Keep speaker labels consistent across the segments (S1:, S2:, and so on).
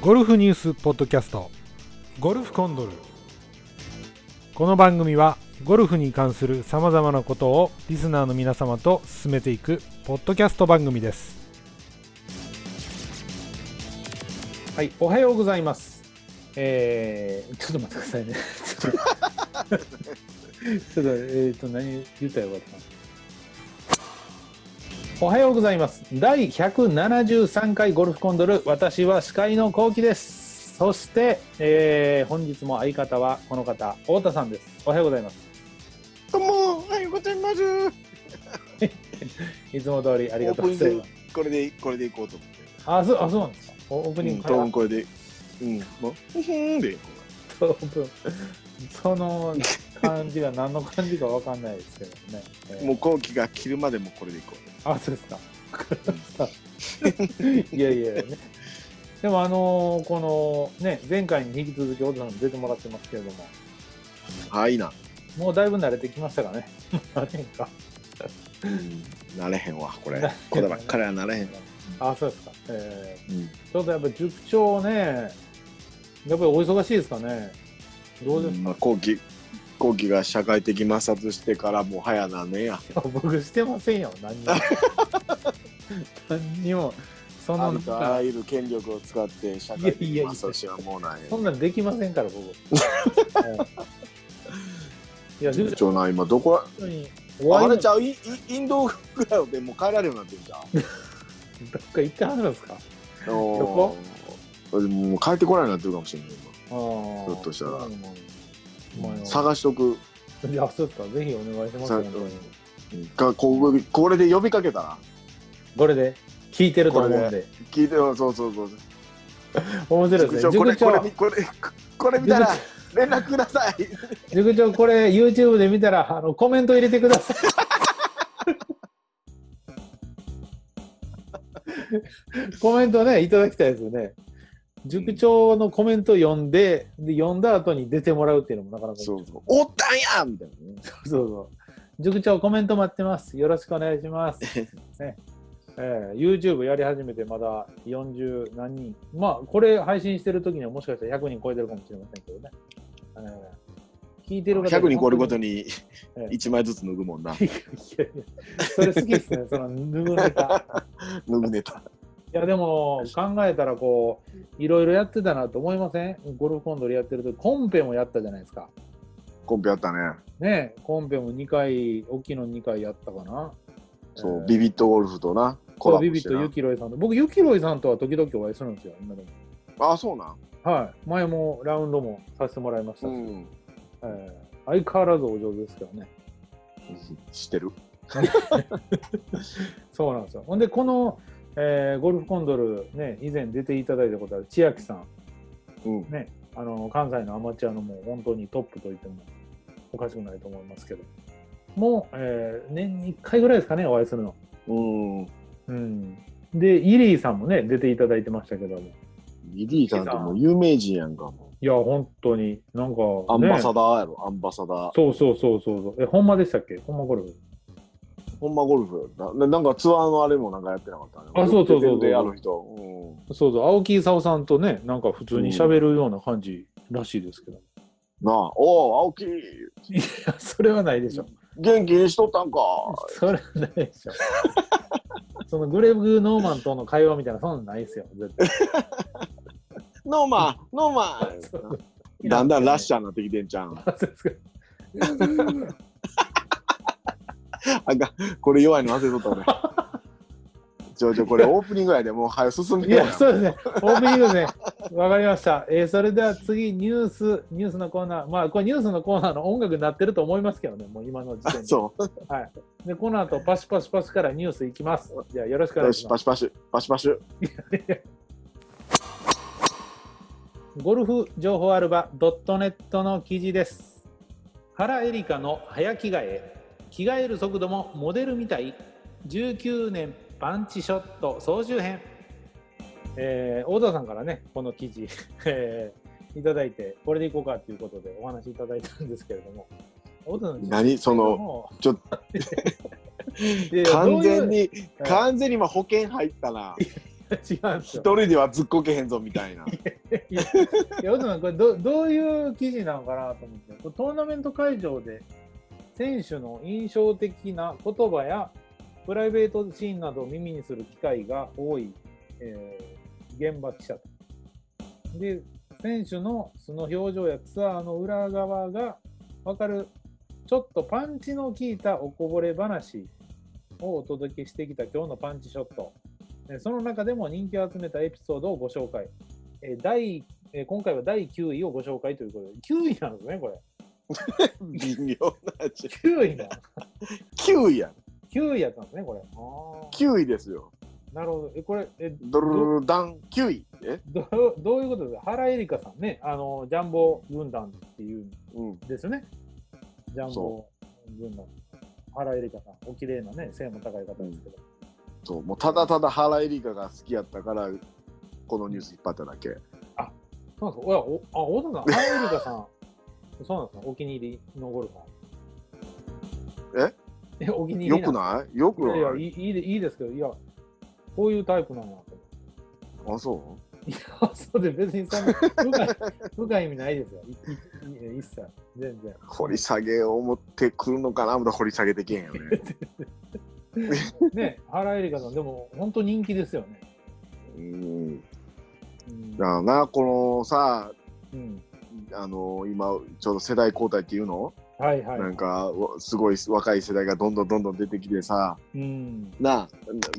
S1: ゴルフニュースポッドキャストゴルフコンドルこの番組はゴルフに関するさまざまなことをリスナーの皆様と進めていくポッドキャスト番組ですはいおはようございますえー、ちょっと待ってくださいね ちょっとちょっとえっ、と何言ったらよかったかなおはようございます第173回ゴルフコンドル私は司会の幸喜ですそして、えー本日も相方はこの方太田さんですおはようございます
S2: どうも、おはようございます。
S1: いつも通りあ
S2: あ
S1: りがとうございます。
S2: これで、これでいこうと思って。
S1: あそうあそうなんですかオープ
S2: う
S1: ニン
S2: ん、
S1: グ
S2: 多分これで。うん、もう、ふふーんでいこ
S1: オープンその感じが何の感じかわかんないですけどね、え
S2: う。
S1: ー
S2: もう、後期が切るまでも、これでいこ
S1: あそうですか いやいやねでもあのーこのね前回に引き続き太田さんに出てもらってますけれども
S2: う。はいな。
S1: もうだいぶ慣れてきましたかね。 慣れんか。
S2: うん、なれへんわ、こ
S1: なれ
S2: れ
S1: へん。
S2: こればっかりはなれへん。
S1: あ、そうですか。え
S2: うん、
S1: ー、ちょうどやっぱ塾長ね、やっぱりお忙しいですかね。どうです
S2: まあ、後期。後期が社会的摩擦してから、もう早何年や。
S1: か、僕してませんよ、何にも。何にも。そのな
S2: あり
S1: ん
S2: とあら
S1: か、
S2: ゆる権力を使って、社会的
S1: いやいやい
S2: 摩
S1: や
S2: 擦しはもうない。
S1: そんなんできませんから、僕。はいいや、塾
S2: 長な、今どこ。
S1: 長にお会
S2: あ
S1: いの
S2: れちゃう、イン、インインドぐらいで、もう帰られるようになってるじゃん。
S1: どっか行ってはるんですか
S2: おーもう帰ってこないようになってるかもしれない
S1: ひょ
S2: ょっとしたら
S1: ま
S2: 今
S1: あ
S2: 探しとく
S1: いや、そうですか。ぜひお願いしますよ、
S2: さ
S1: 本当に
S2: がこうこれで呼びかけたら
S1: これで、聞いてると思うん
S2: これ
S1: で。
S2: 聞いてよそうそうそう
S1: 面白いですね。
S2: これ
S1: 塾
S2: こ
S1: 長
S2: れこれ、これこれ見たら連絡ください
S1: 塾長、これ YouTube で見たら、あのコメント入れてくだ さい。コメントね、いただきたいですよね。塾長のコメント読んで、で読んだ後に出てもらうっていうのもなかなか
S2: そ
S1: そう
S2: うそうおったんやみたいなね
S1: そう塾長、コメント待ってます。よろしくお願いします。 ねえー YouTube やり始めてまだ40何人。まあ、これ配信してる時にはもしかしたら100人超えてるかもしれませんけどね。えー聞いてる方
S2: 100人超えるごとに
S1: ええ
S2: 1枚ずつ脱ぐもんな
S1: いやいや、 それ好きですね、その脱ぐネタ。
S2: 脱ぐネタ
S1: いや、でも考えたら、こう、いろいろやってたなと思いませんゴルフコンドルやってるとコンペもやったじゃないですか。
S2: コンペあったね
S1: ねえコンペも2回、大きいの2回やったかな。
S2: そ
S1: え
S2: う
S1: ー
S2: ビビットゴルフとなコ
S1: そ
S2: ラ
S1: うビ
S2: ボ
S1: ビッ
S2: して
S1: ト
S2: な
S1: ユキロイさんと、僕、ユキロイさんとは時々お会いするんですよ、今でも。
S2: あそうなん
S1: はい。前もラウンドもさせてもらいました
S2: う
S1: し、
S2: ん
S1: えー相変わらずお上手ですけどね。
S2: 知ってる
S1: そうなんですよ。ほんで、この、えーゴルフコンドル、ね、以前出ていただいたことある千秋さん。
S2: うん
S1: ね、あの関西のアマチュアのもう本当にトップと言ってもおかしくないと思いますけど、もう、えー年に1回ぐらいですかね、お会いするの。
S2: うん
S1: うん、で、イリーさんもね、出ていただいてましたけども、
S2: リリーさんってもう有名人やんかも
S1: いや、本当に、なんか、ね、
S2: うアンバサ
S1: ダ
S2: ダーやろアンバサダー
S1: そうそうそうそうそう、え、ほんまでしたっけ、ほんまゴルフ。
S2: ほんまゴルフなななんかツアーのあれもなんかやってなかったね。
S1: あそうそうそうそう
S2: でやる人。うん
S1: そうそう、青木功さんとね、なんか普通に喋るような感じらしいですけど、
S2: なあ、おお、青木、
S1: それはないでしょ。
S2: 元気にしとったんか。
S1: それはないでしょ。 そのグレグ・ノーマンとの会話みたいな、そんなんないですよ、絶対。
S2: ノーマン、ノーマ ン。だんだんラッシャーになってきてんじゃん。
S1: あそうですか
S2: あかんこれ弱いの忘れとっ た俺。ちょちょ、これオープニングやでもう早く進ん
S1: い
S2: でよ
S1: や、。そうですね。オープニングですね。わかりました。えーそれでは次、ニュース、ニュースのコーナー。まあ、これニュースのコーナーの音楽になってると思いますけどね、もう今の時点で。
S2: そう。
S1: で、この後、パシパシパシからニュースいきます。じゃあ、よろしくお願
S2: よ
S1: いし
S2: し、
S1: ま
S2: パシパシ、パシパシ。
S1: す。ゴルフ情報アルバ .net の記事です。原エリカの早着替え。着替える速度もモデルみたい。19年パンチショット総集編。えー、大田さんからね、この記事、 えーいただいて、これでいこうかということでお話いただいたんですけれども、大田さん、
S2: 何その
S1: もう
S2: ちょっ
S1: いやいや
S2: 完全
S1: どういう
S2: に、完全に今保険入ったな。
S1: い違うんです
S2: 一
S1: よ。
S2: 人ではずっこけへんぞみたい な。
S1: いや、いやオズマンこれど、どういう記事なのかなと思って、これトーナメント会場で選手の印象的な言葉やプライベートシーンなどを耳にする機会が多い、えー現場記者と。で、選手の素の表情やツアーの裏側が分かる、ちょっとパンチの効いたおこぼれ話をお届けしてきた今日のパンチショット。えーその中でも人気を集めたエピソードをご紹介。えー第えー今回は第9位をご紹介ということで、9位なんですね、これ。
S2: 微妙な味。
S1: 9位だ。
S2: 9位やん。
S1: 9位やったんですね、これ。あ
S2: 9位ですよ。
S1: ーなるほど。え、これ、え、
S2: ドルルダン9位。え
S1: どどういうことですか原エリカさんね、あの、ジャンボ軍団っていうん
S2: うん。
S1: ですよね。ジャンボ軍団。原エリカさん。お綺麗なね、背も高い方ですけど。
S2: そう、もうただただ原エリカが好きやったから、このニュース引っ張っただけ。
S1: そうなんですかおやおあ、小野さん、原エリカさん、そうなんですかお気に入りのゴルファー。
S2: え
S1: え、 お気に入り
S2: よ
S1: ん
S2: くないよくないい
S1: やいやいいいいで、いいですけど、いや、こういうタイプなんやと思って。
S2: あ、そ
S1: いや、そうで、別にそ んな深い深い意味ないですよ。いいい一切、全然。
S2: う掘り下げを持ってくるのかなまだ掘り下げできへんよ ね。
S1: ね、原エリカさん、でも、本当人気ですよね。
S2: うん。
S1: うん
S2: だ。からな、このさ、
S1: うん、
S2: あの今、ちょうど世代交代っていうの、
S1: はいはい。
S2: なんか、わすごい若い世代がどんどんどんどん出てきてさ、
S1: うん。
S2: なあ、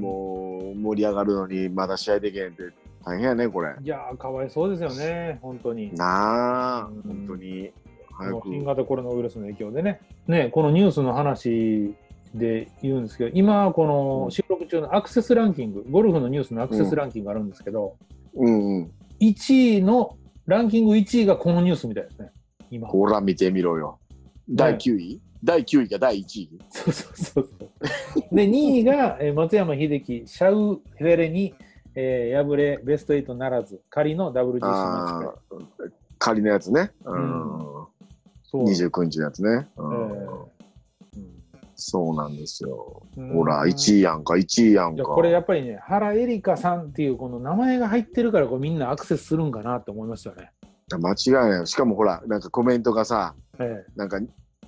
S2: もう盛り上がるのに、まだ試合できへんって大変やね、これ。
S1: いやー、かわいそうですよね、本当に。
S2: なあ、
S1: うん
S2: 本当に。早
S1: も
S2: く
S1: う。新型コロナウイルスの影響でね。ね、このニュースの話で言うんですけど、今、こ
S2: う
S1: の
S2: ん
S1: 収録中のアクセスランキング、ゴルフのニュースのアクセスランキングがあるんですけど、
S2: うんうん。
S1: 1位の、ランキング1位がこのニュースみたいですね、今。
S2: ほら、見てみろよ。第9位、第9位が第1位
S1: そうそうそうそう。で、2位が、えー松山英樹、シャウフェレに、えー敗れ、ベスト8ならず、仮の WGC マッチ
S2: ああ、仮のやつね。う
S1: うん
S2: ん。
S1: そう、
S2: 29日のやつね。う
S1: え
S2: ん
S1: ー
S2: そうなんですよ。
S1: うん
S2: ほら、1位やんか、1位やん
S1: い
S2: か。
S1: やこれやっぱりね、原エリカさんっていうこの名前が入ってるからこうみんなアクセスするんかなって思いましたよね。
S2: 間違いない。しかもほら、なんかコメントがさ、
S1: え
S2: なんか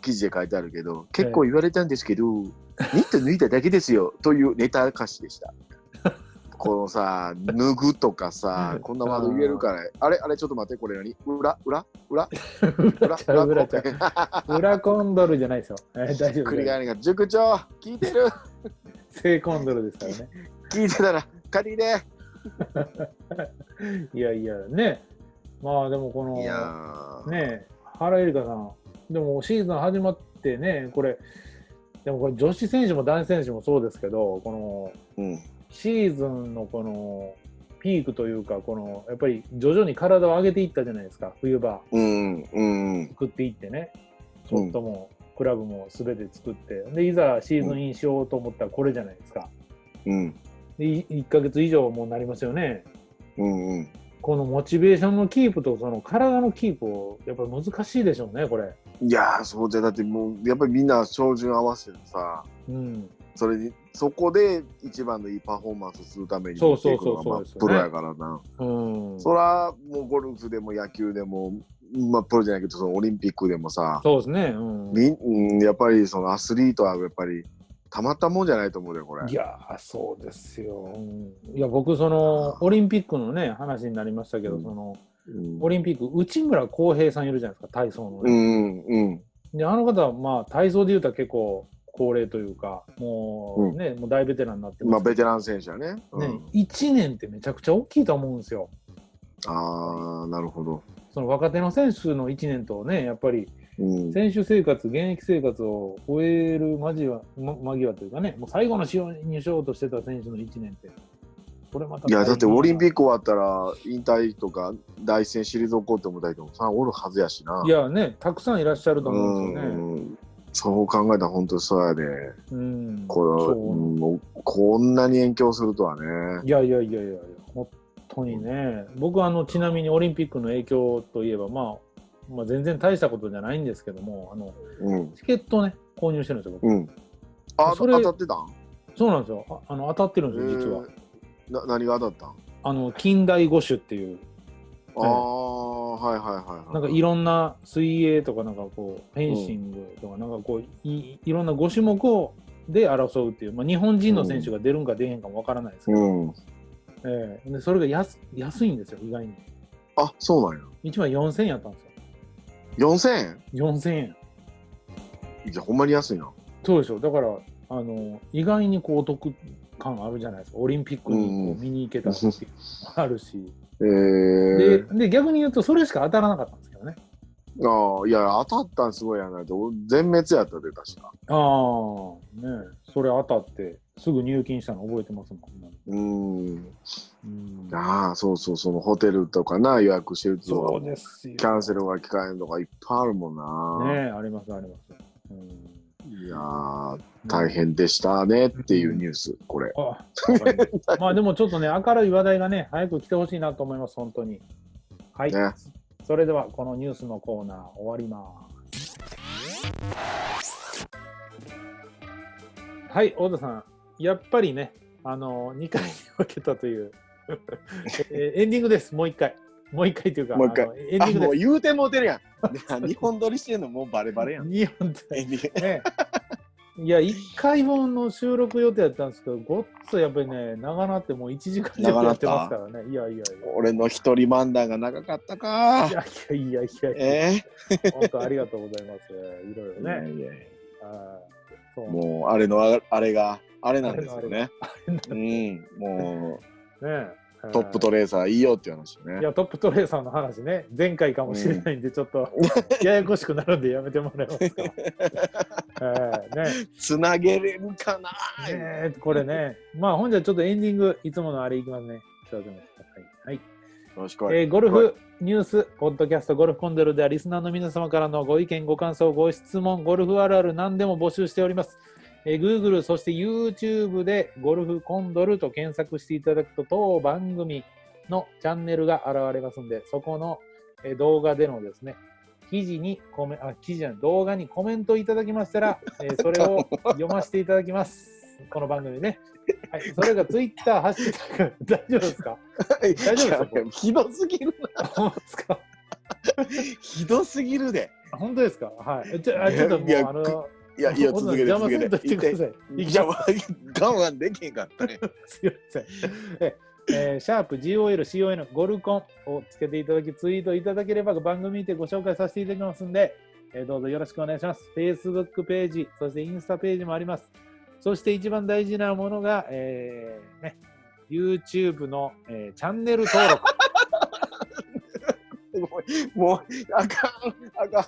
S2: 記事で書いてあるけど、結構言われたんですけど、ニット脱いだだけですよというネタ歌詞でした。この さ、脱ぐとかさ、こんなワード言えるから、あれあれちょっと待って、これ何裏裏裏裏
S1: ちゃう裏
S2: 裏
S1: ちゃうえ、
S2: 裏
S1: 裏コンドルじゃないですよ。ええ大丈夫
S2: 繰り
S1: です。
S2: 返りが、塾長、聞いてる
S1: 正コンドルですからね。
S2: 聞いてたら、借りれ
S1: いやいや、ね。まあでもこの。
S2: いやー、
S1: ねえ、原エリカさん、でもシーズン始まってね、これ、でもこれ、女子選手も男子選手もそうですけど、この
S2: うん、
S1: シーズンのこのピークというか、このやっぱり徐々に体を上げていったじゃないですか、冬場、
S2: うん、うん、
S1: 作っていってね、ショットも、クラブもすべて作って、でいざシーズンインしようと思ったらこれじゃないですか、
S2: うん、
S1: でい1ヶ月以上もうなりますよね。
S2: うん、うん。
S1: このモチベーションのキープとその体のキープをやっぱり難しいでしょうね、これ。
S2: いやー、そうじゃ、だってもう、やっぱりみんな照準合わせてさ、
S1: うん、
S2: それに、そこで一番のいいパフォーマンスするために
S1: そ
S2: 持
S1: う
S2: って
S1: そ
S2: いうく
S1: そう
S2: の
S1: そ
S2: が、
S1: う
S2: ま
S1: です
S2: あ
S1: よ
S2: プ
S1: ね
S2: ロやからな。
S1: うん、
S2: そら、もうゴルフでも野球でも、まあ、プロじゃないけど、そのオリンピックでもさ、
S1: そうですね。うん、
S2: みうん、やっぱりそのアスリートはやっぱり、たまったもんじゃないと思うよ、これ
S1: い。やー、そうですよ。うんいや、僕、その、オリンピックのね、話になりましたけど、
S2: うん
S1: その、
S2: うん、
S1: オリンピック、内村航平さんいるじゃないですか、体操の
S2: う
S1: ね、
S2: ん、うん、
S1: で、あの方は、まあ、体操で言うたら結構、高齢というか、もう、
S2: うん
S1: ね、もう大ベテランになって
S2: まあ、
S1: ますけ
S2: ベテラン選手やね。
S1: ど、
S2: う
S1: ね
S2: ん、
S1: 1年ってめちゃくちゃ大きいと思うんですよ。
S2: ああ、なるほど。
S1: その若手の選手の1年とね、やっぱり、
S2: うん、
S1: 選手生活、現役生活を終える間際ま間際というかね、もう最後の試合にしようとしてた選手の1年って、これまた
S2: いやだってオリンピ
S1: ッ。
S2: ック終わったら引退とか大戦退こうって思った人もさおるはずやしない
S1: やね、たくさんいらっしゃると
S2: う
S1: 思うんですよね。
S2: んそう考えたら本当にそうやで、
S1: うん、
S2: これは
S1: そう
S2: うんもうこんなに影響するとはね。
S1: いやいやいやいやいや、本当にね、僕あの、ちなみにオリンピックの影響といえば、まあ、まあ、全然大したことじゃないんですけども、あの
S2: うん。
S1: チケットをね、購入してるんですよ、僕。
S2: うん。あ、
S1: それ
S2: 当たってたん
S1: そうなんですよああの、当たってるんですよ、実は。
S2: えな何が当たったん、
S1: あの近代五種っていう
S2: ああはいはいはいはい
S1: なんかいろんな水泳とかなんかこうフェンシングとかなんかこういいろんな5種目をで争うっていう、まあ、日本人の選手が出るんか出へんかもわからないですけど、
S2: うん
S1: ええでそれが安安いんですよ意外に
S2: あそうなんや
S1: 1枚4000円やったんです
S2: 4000円
S1: よ4000円
S2: じゃほんまに安いな
S1: そうでしょだからあの意外にこうお得感あるじゃないですかオリンピックにこ
S2: うん
S1: う見に行けたっていうのもあるし、
S2: えー、
S1: でで逆に言うとそれしか当たらなかったんですけどね
S2: ああいや当たったんすごいやないと俺全滅やったで確か
S1: ああねえそれ当たってすぐ入金したの覚えてますもん、
S2: うん
S1: うん、
S2: ああそうそうそのホテルとかな予約してる
S1: そ
S2: と
S1: うですよ
S2: キャンセルが効かへんとかいっぱいあるもんな、
S1: ねえありますあります、うん、
S2: いやー大変でしたねっていうニュースこれ
S1: あわかりましたまあでもちょっとね明るい話題がね早く来てほしいなと思います本当にはい、
S2: ね
S1: それではこのニュースのコーナー終わりますはい太田さんやっぱりねあの2回に分けたという、 えーエンディングですもう1回もう1回というか
S2: もう一回
S1: あのエンデ
S2: あ
S1: ィング
S2: もう
S1: で
S2: 言うてもうてるやん 日本撮りしてんのもうバレバレや
S1: す
S2: ん
S1: 日本でね、いや、1回分の収録予定だったんですけど、ごっつやっぱりね、長なってもう1時間以上やってますからね。いやいやい
S2: 俺の一人漫談が長かった
S1: や。
S2: か
S1: いやいやいやいや、
S2: え
S1: 本当ありがとうございます。いろい
S2: え
S1: ろね。
S2: いやいやい
S1: はいそう
S2: やもうあれのああれがあれなんですよね
S1: れの
S2: うんも
S1: ね
S2: うトップト
S1: レ
S2: レーサーいいよっていう話
S1: ー
S2: ね
S1: いや、トップトレーサーの話ね、前回かもしれないんで、ちょっと、 ややこしくなるんでやめてもらえますか。はいね
S2: つなげれるかな
S1: ねえこれね。まあ、ほんじゃちょっとエンディング、いつものあれいきますね。北島さんはい。はい
S2: よろしくお願い
S1: えーゴル
S2: は
S1: フニュース、ポッドキャスト、ゴルフコンドルではリスナーの皆様からのご意見、ご感想、ご質問、ゴルフあるある何でも募集しております。えー Google、そして YouTube でゴルフコンドルと検索していただくと、当番組のチャンネルが現れますので、そこの、えー動画でのですね、記事にコメンあ記事じゃない動画にコメントいただきましたら、え ーそれを読ませていただきます。この番組ね。はい、それが Twitter、ハッシュタグ、大丈夫です か大
S2: 大
S1: 丈夫ですか
S2: ひどすぎるな
S1: 思いますか
S2: ひどすぎるで
S1: 本当ですか。はい。ちょ、あ、ちょっともう、
S2: いや
S1: あの。
S2: いやいや
S1: お父さん
S2: 続けて
S1: 邪魔
S2: 続
S1: せ
S2: け
S1: んといてくだ
S2: て
S1: さい。行き
S2: じゃ
S1: ま
S2: あ我慢できへんかったね
S1: す。すいません。ええーシャープ GOLCON ゴルコンをつけていただきツイートいただければ番組でご紹介させていただきますんで、えーどうぞよろしくお願いします。Facebook ページ、そしてインスタページもあります。そして一番大事なものが、えーね、YouTube の、えーチャンネル登録。
S2: もうあかんあかん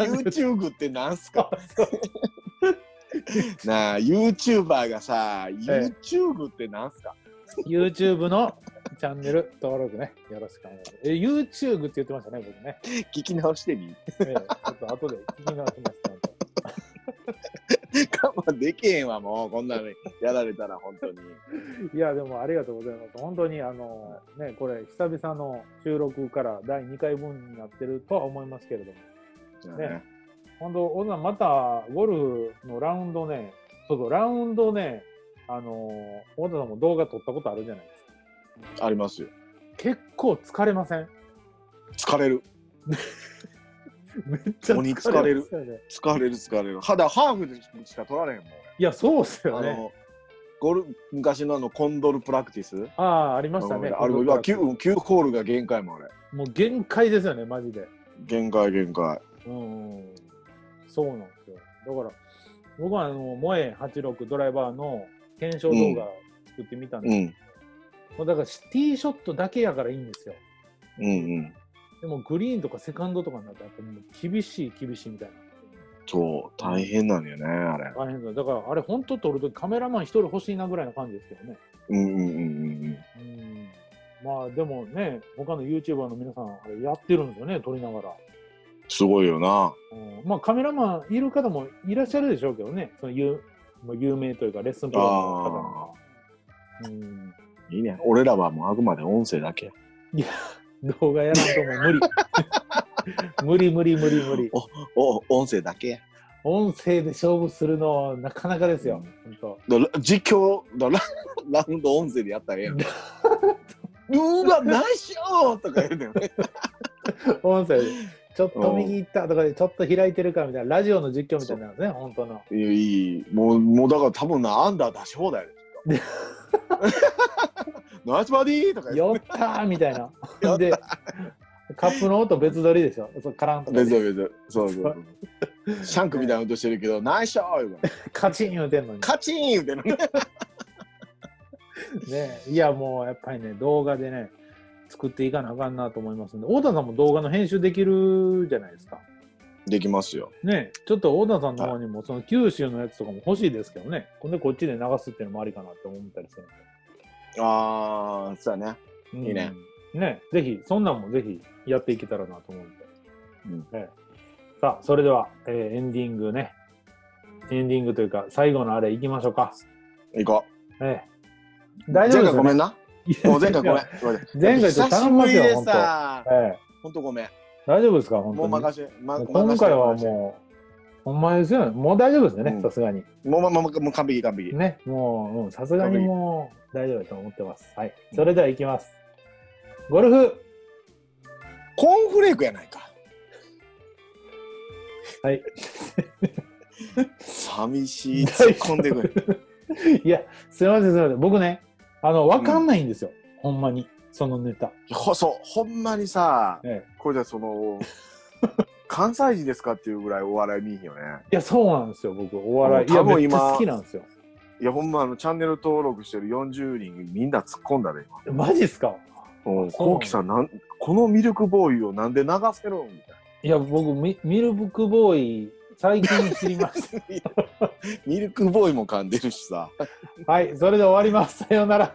S2: YouTube ってなんすか なあ、YouTuber がさ、YouTube ってなんすか
S1: YouTube のチャンネル登録ね。よろしくお願いします。え、YouTube って言ってましたね、僕ね。
S2: 聞き直してみ
S1: ええ、ちょっと後で聞き直します。ちゃんと
S2: 我慢できへんわ、もう、こんなのやられたら、本当に。
S1: いや、でもありがとうございます。本当に、あの、ね、これ、久々の収録から第2回分になってるとは思いますけれども、
S2: じゃあ
S1: ね本当、小野さん、またゴルフのラウンドね、そうそう、ラウンドね、あの、小野さんも動画撮ったことあるじゃないですか。
S2: ありますよ。
S1: 結構疲れません
S2: 疲れる、
S1: めっちゃ疲れますよね
S2: 鬼疲れ疲れる、疲れる。肌、ハーフでしか取られへんもん
S1: いや、そうっすよ
S2: 俺。あ
S1: ね。
S2: の、ゴル昔のあの、コンドルプラクティス。
S1: ああ、ありましたね。
S2: あれ、今、9、九ホールが限界もんあれ。
S1: もう限界ですよね、マジで。
S2: 限界、限界。
S1: うん、そうなんですよ。だから、僕はあの、萌え86ドライバーの検証動画作ってみたん
S2: う
S1: です
S2: ん、
S1: けど、だから、ティーショットだけやからいいんですよ。
S2: うん、うん。
S1: でも、グリーンとかセカンドとかになったら、やっぱもう厳しい、厳しいみたいな。
S2: そう、大変なんだよね、あれ。
S1: 大変だ。だから、あれ、本当撮るときカメラマン一人欲しいなぐらいな感じですけどね。
S2: うん、うん、うん、うん。
S1: うん。まあ、でもね、他の YouTuber の皆さん、あれやってるんですよね、撮りながら。
S2: すごいよな。
S1: うんまあ、カメラマンいる方もいらっしゃるでしょうけどね、その有まあ有名というか、レッスンプロの
S2: あ
S1: 方
S2: あ。
S1: も。うん
S2: いいね。俺らはもうあくまで音声だけ。
S1: 動画や らんともう無理。無理無理無理無理。
S2: お、音声だけ。
S1: 音声で勝負するのなかなかですよ、本
S2: だから実況だからララウンド音声でやったらええ やんうわナイスショーとか言うてよね
S1: 当。音声でちょっと右行ったとかでちょっと開いてるかみたいなラジオの実況みたいなんですね本当の
S2: いやいいもうもうだから多分なアンダー出し放題 だよナイスバディーと
S1: 「
S2: か言う
S1: よったー!」みたい な
S2: たー
S1: でカップの音別撮りでしょそうカランとか
S2: 別に別にそうそうそうシャンクみたいな音してるけどナイスショー言うから
S1: カチン言うてんのに
S2: カチーン言うてるね
S1: ねいやもうやっぱりね動画でね作っていかなあかんなと思いますんで太田さんも動画の編集できるじゃないですか
S2: できますよ
S1: ねちょっと太田さんの方にもその九州のやつとかも欲しいですけどねほんでこっちで流すっていうのもありかなって思ったりするんで
S2: ああそうだね
S1: うん
S2: いいね。
S1: ね、ぜひ、そんなんもぜひやっていけたらなと思うんで。
S2: うん
S1: ええさあ、それでは、えーエンディングね。エンディングというか、最後のあれ行きましょうか。
S2: 行こ
S1: ええ
S2: う
S1: 大丈夫です
S2: 前回
S1: よ
S2: ご
S1: ね
S2: めんなもう前回ごめん。ごめん
S1: 前回ちょっと頼みますよ
S2: 久しぶりでさ
S1: い、、ええ
S2: 本当ごめん。
S1: 大丈夫ですか、本
S2: も
S1: 当
S2: う
S1: に。
S2: 任せ、ま、
S1: 今回は
S2: 任せ
S1: もう、ほんまですよね。もう大丈夫ですよ
S2: う
S1: ね、
S2: ん
S1: さすがに。
S2: もうままもうもう完璧完璧。
S1: ね、もううん、さすがにもう大丈夫だと思ってます。はい、それでは行きます。ゴル フ
S2: コーンフレークやないか。
S1: はい。
S2: 寂しい。突っ込んでくる。
S1: いや、すいません、すいません。僕ね、あの、わかんないんですよ。ほんまに。そのネタ。
S2: ほそうほんまにさ、
S1: ええ
S2: これじゃその関西人ですかっていうぐらいお笑い見えへんよね。
S1: いや、そうなんですよ、僕。お笑い。い
S2: もう
S1: や、
S2: 多分
S1: めっちゃ
S2: 今
S1: 好きなんですよ。
S2: いやほんまあのチャンネル登録してる40人みんな突っ込んだね。
S1: マジっすか
S2: 今うん
S1: そうなの
S2: こうきさんなんこのミルクボーイをなんで流せるんみたいな。
S1: いや、僕ミ、ミルクボーイ、最近知りまし
S2: ミルクボーイも噛んでるしさ。
S1: た。はい、それで終わります。さようなら。